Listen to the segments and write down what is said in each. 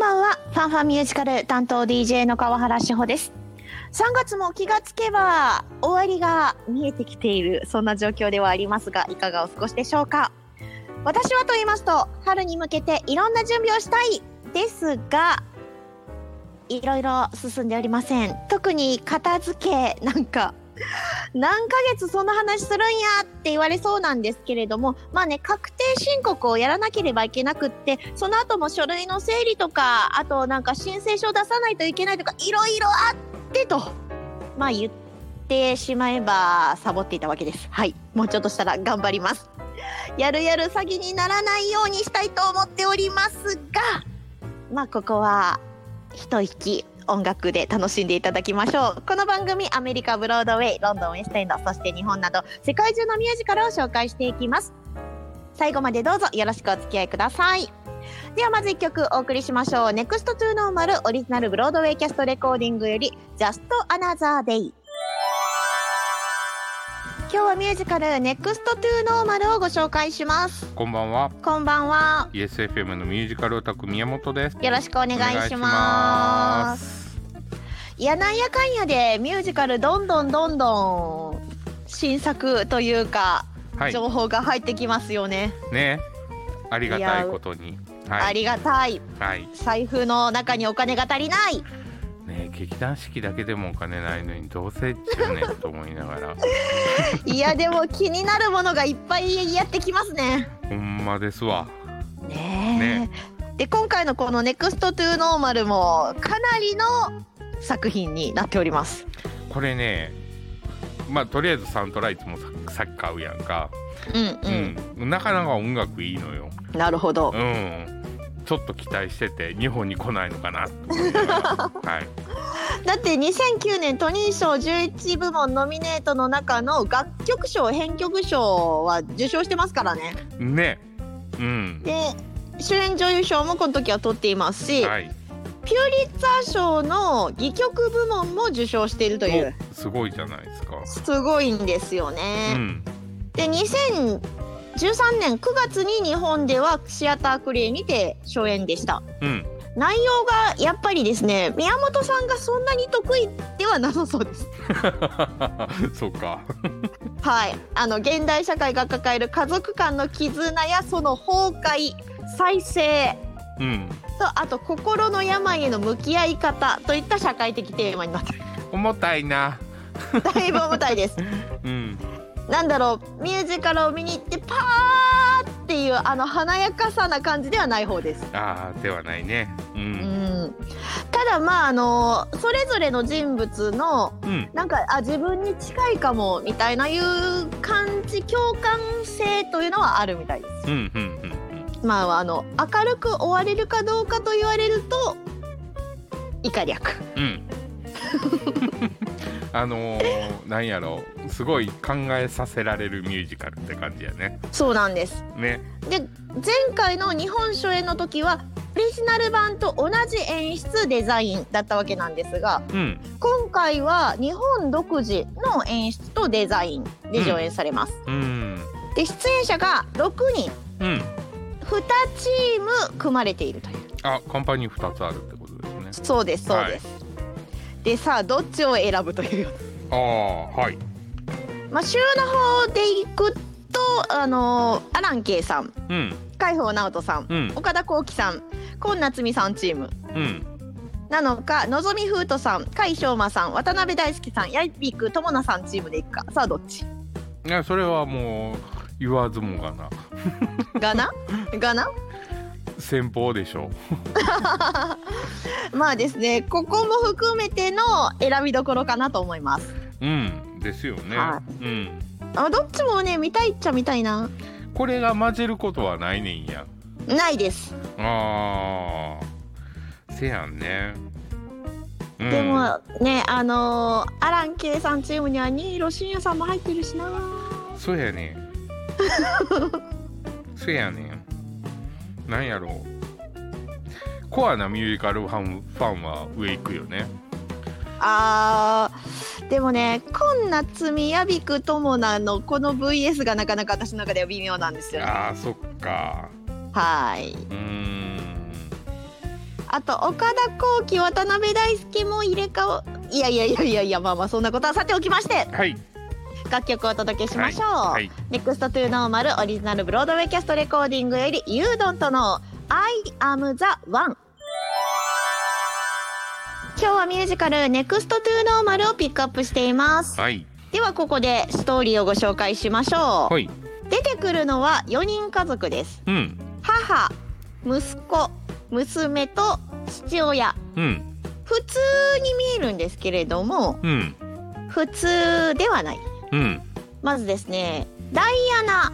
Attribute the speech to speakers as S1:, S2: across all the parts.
S1: ンファミュージカル担当 DJ の川原志保です。3月も気がつけば終わりが見えてきているそんな状況ではありますがいかがお過ごしでしょうか私はと言いますと春に向けていろんな準備をしたいですがいろいろ進んでおりません特に片付けなんか何ヶ月そんな話するんやって言われそうなんですけれどもまあね確定申告をやらなければいけなくってその後も書類の整理とかあとなんか申請書を出さないといけないとかいろいろあってとまあ言ってしまえばサボっていたわけですはいもうちょっとしたら頑張りますやるやる詐欺にならないようにしたいと思っておりますがまあここは一息音楽で楽しんでいただきましょうこの番組アメリカブロードウェイロンドンウェストエンドそして日本など世界中のミュージカルを紹介していきます最後までどうぞよろしくお付き合いくださいではまず1曲お送りしましょう NEXT to Normal オリジナルブロードウェイキャストレコーディングより Just Another Day 今日はミュージカル NEXT to Normal をご紹介します
S2: こんばんは。
S1: こんばんは
S2: ESFM のミュージカルオタク宮本です。
S1: よろしくお願いし
S2: お
S1: ま
S2: 願いしますす。
S1: いやなんやかんやでミュージカルどんどんどんどん新作というか、
S2: はい。
S1: 情報が入ってきますよね、
S2: ね。ありがたいことに。は
S1: あ
S2: い。
S1: りがたい
S2: はい。
S1: 財布の中にお金が足り ない
S2: ね劇団式だけでもお金ないのにどうせ10年と思いなが ら。
S1: いやでも気になるものがいっぱいやってきますね
S2: ほんまですわ。
S1: ねえ
S2: ね
S1: で今回のこの「NEXT to Normal」もかなりの作品になっております
S2: これね。まあとりあえずサントラいつもささっき買うやんか。
S1: うんうん、
S2: うん。なかなか音楽いいのよ。
S1: なるほど
S2: うん。ちょっと期待してて日本に来ないのかなと思いな がらはい。
S1: だって2009年トニー賞11部門ノミネートの中の楽曲賞編曲賞は受賞してますからね
S2: ね。うん。
S1: で主演女優賞もこの時は取っていますし、
S2: はい。
S1: ピュリッツァー賞の戯曲部門も受賞しているという
S2: すごいじゃないですか。
S1: すごいんですよ
S2: う
S1: ね、
S2: ん。
S1: で2013年9月に日本ではシアタークリエにて初演でした
S2: うん。
S1: 内容がやっぱりですね宮本さんがそんなに得意ではなさそうです
S2: そうか。
S1: はい、あの現代社会が抱える家族間の絆やその崩壊再生
S2: うん。
S1: とあと心の病への向き合い方といった社会的テーマになってる
S2: 重たいな。
S1: だいぶ重たいです
S2: うん。
S1: なんだろうミュージカルを見に行ってパーっていうあの華やかさな感じではない方です
S2: ああ、ではないね。う。
S1: うんんただまああのそれぞれの人物の
S2: うん。
S1: なんかあ自分に近いかもみたいないう感じ共感性というのはあるみたいです
S2: うん。うん。うん。
S1: まあ、あの明るく終われるかどうかと言われると以下略
S2: うん。 あのー、なんやろう。すごい考えさせられるミュージカルって感じやね。
S1: そうなんです
S2: ね。
S1: で前回の日本初演の時はオリジナル版と同じ演出デザインだったわけなんですが
S2: うん。
S1: 今回は日本独自の演出とデザインで上演されます、
S2: うん。
S1: で出演者が6人
S2: うん。
S1: 2チーム組まれているという
S2: あ、カンパニー二つあるってことですね。
S1: そうですそうです、でさあどっちを選ぶという
S2: ああ、はい。
S1: まあ、週の方でいくと、あのーアランケイさん、
S2: うん。
S1: 海宝直人さん、
S2: うん。
S1: 岡田幸輝さん、今夏美さんチーム
S2: うん。
S1: なのか、のぞみふうとさん、甲斐翔馬さん、渡辺大輔さん、やいぴくともなさんチームでいくか、さあどっち
S2: いや、それはもう。言わずもがな。
S1: が ながな
S2: 先方でしょ
S1: まあですね、ここも含めての選びどころかなと思います。
S2: う。うん。ですよね。
S1: は
S2: うん。
S1: あどっちもね、見たいっちゃ見たいな。
S2: これが混ぜることはないねんや
S1: ないです。
S2: あーせやんね、うん
S1: でもね、あのーアランケイさんチームには新納慎也さんも入ってるしな。
S2: そうやね んそうやねんなんやろうコアなミュージカルファンファンは上行くよね
S1: あーでもね今夏みやびくともなのこの VS がなかなか私の中では微妙なんですよね
S2: あーそっか
S1: はーいう
S2: ーん
S1: あと岡田幸輝渡辺大輔も入れ替わいやいやいやいやいやまあまあそんなことはさておきまして
S2: はい
S1: 楽曲をお届けしましょう、
S2: はい
S1: ネクストトゥーノーマルオリジナルブロードウェイキャストレコーディングよりユードンとの I am the one 今日はミュージカルネクストトゥーノーマルをピックアップしています
S2: はい
S1: ではここでストーリーをご紹介しましょう、
S2: はい
S1: 出てくるのは4人家族です
S2: うん
S1: 母息子娘と父親
S2: うん
S1: 普通に見えるんですけれども
S2: うん
S1: 普通ではない
S2: うん
S1: まずですねダイアナ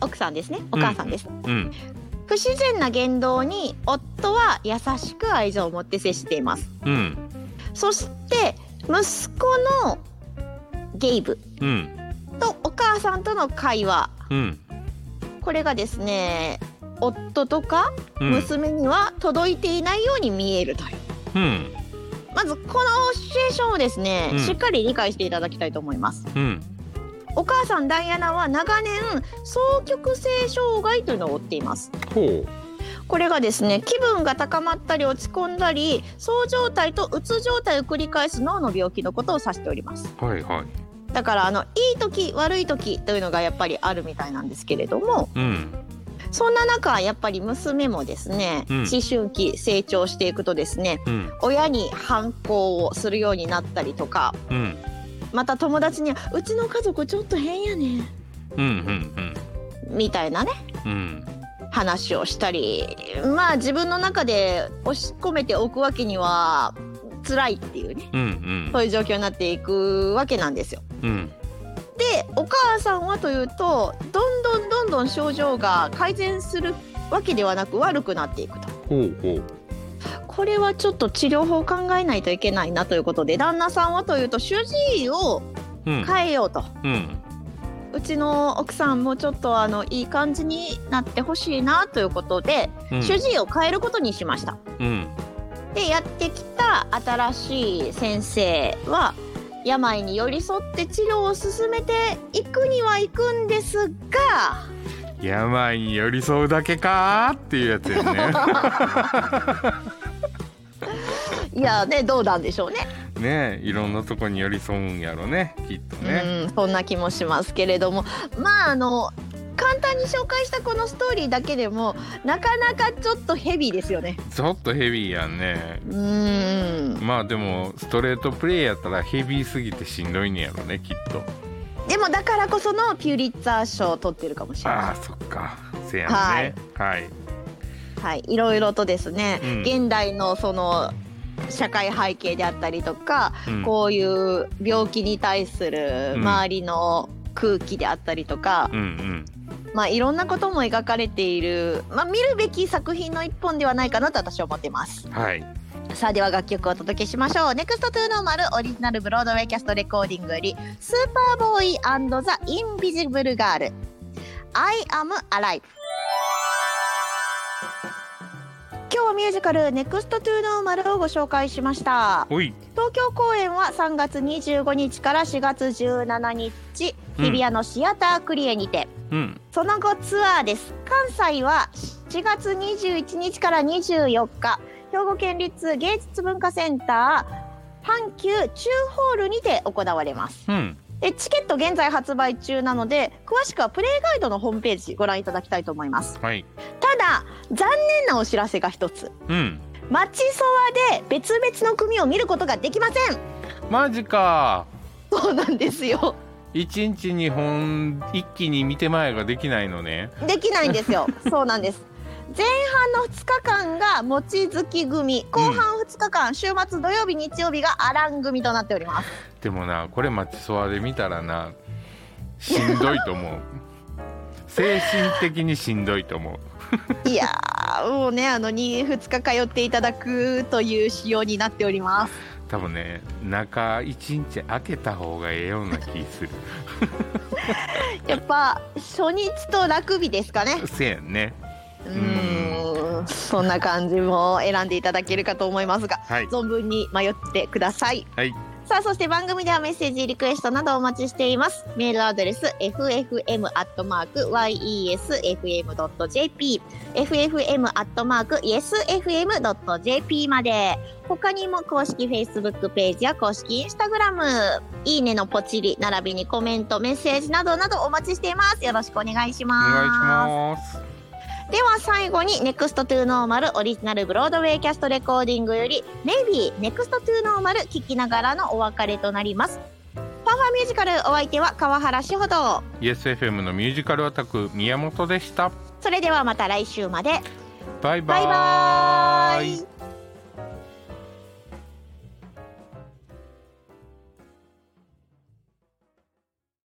S1: 奥さんですねお母さんです、
S2: うん
S1: 不自然な言動に夫は優しく愛情を持って接しています
S2: うん
S1: そして息子のゲイブ
S2: うん
S1: とお母さんとの会話
S2: うん
S1: これがですね夫とか
S2: うん
S1: 娘には届いていないように見えるという、
S2: うん
S1: まずこのシチュエーションをですね、
S2: うん
S1: しっかり理解していただきたいと思います
S2: うん
S1: お母さんダイアナは長年双極性障害というのを負っています
S2: ほ
S1: これがですね気分が高まったり落ち込んだりそう状態とうつ状態を繰り返す脳の病気のことを指しております
S2: うはいはい
S1: だからあのいい時悪い時というのがやっぱりあるみたいなんですけれども
S2: うん
S1: そんな中やっぱり娘もですね、
S2: うん
S1: 思春期成長していくとですね
S2: うん
S1: 親に反抗をするようになったりとか
S2: うん
S1: また友達に「うちの家族ちょっと変やね
S2: うんうん」
S1: みたいなね
S2: うんうん
S1: 話をしたりまあ自分の中で押し込めておくわけには辛いっていうね
S2: うんうん
S1: そういう状況になっていくわけなんですよ。
S2: うん
S1: でお母さんはというとどんどんどんどん症状が改善するわけではなく悪くなっていくと。
S2: ほうほう
S1: これはちょっと治療法を考えないといけないなということで旦那さんはというと主治医を
S2: うん
S1: 変えようと。
S2: うん
S1: うちの奥さんもちょっとあのいい感じになってほしいなということで、
S2: うん
S1: 主治医を変えることにしました。
S2: うん
S1: でやってきた新しい先生は病に寄り添って治療を進めていくには行くんですが
S2: 病に寄り添うだけかーっていうやつや ね
S1: いやねどうなんでしょうね
S2: ねいろんなとこに寄り添うんやろねきっとね
S1: うんそんな気もしますけれどもまああの簡単に紹介したこのストーリーだけでもなかなかちょっとヘビーですよね。
S2: ちょっとヘビーやんね
S1: うん
S2: まあでもストレートプレイやったらヘビーすぎてしんどいねやろねきっと
S1: でもだからこそのピュリッツァー賞を取ってるかもしれない
S2: ああそっかせやんねはい
S1: はい、いろいろとですね、
S2: うん
S1: 現代のその社会背景であったりとか、
S2: うん
S1: こういう病気に対する
S2: うん
S1: 周りの空気であったりとか、
S2: うん
S1: まあいろんなことも描かれている、まあ見るべき作品の一本ではないかなと私は思ってます
S2: うん。はい
S1: さあでは楽曲をお届けしましょう。ネクストトゥーノーマルオリジナルブロードウェイキャストレコーディングより、スーパーボーイザ・インビジブルガール、I am alive。今日はミュージカルネクストトゥーノーマルをご紹介しました。
S2: ほい
S1: 東京公演は3月25日から4月17日、
S2: うん
S1: 日比谷のシアタークリエにて。
S2: うん
S1: その後ツアーです関西は7月21日から24日兵庫県立芸術文化センター阪急中ホールにて行われます
S2: うん
S1: でチケット現在発売中なので詳しくはプレイガイドのホームページご覧いただきたいと思います
S2: はい
S1: ただ残念なお知らせが一つ
S2: うん
S1: 町ソワで別々の組を見ることができません
S2: マジか
S1: そうなんですよ
S2: 一日に本一気に見て前ができないのね
S1: できないんですよそうなんです前半の2日間が望月組後半2日間、週末土曜日日曜日がアラン組となっております
S2: でもなこれマチソワで見たらなしんどいと思う精神的にしんどいと思う
S1: いやーもうねあの 2, 2日通っていただくという仕様になっております
S2: 多分ね中一日開けた方がええような気する
S1: やっぱ初日と楽日ですかね
S2: せやんね
S1: うーんそんな感じも選んでいただけるかと思いますが
S2: はい
S1: 存分に迷ってください
S2: はい
S1: さあそして番組ではメッセージリクエストなどお待ちしていますメールアドレス ffm.yesfm.jp ffm.yesfm.jp まで他にも公式 Facebook ページや公式 Instagram いいねのポチリ並びにコメントメッセージなどなどお待ちしていますよろしくお願いし
S2: お
S1: ます
S2: 願いします
S1: では最後に NEXT to Normal オリジナルブロードウェイキャストレコーディングより「レビー NEXT to Normal」聞きながらのお別れとなりますパファーミュージカルお相手は川原志ほど
S2: YesFM のミュージカルアタック宮本でした
S1: それではまた来週まで
S2: バイバ
S1: バイバーイ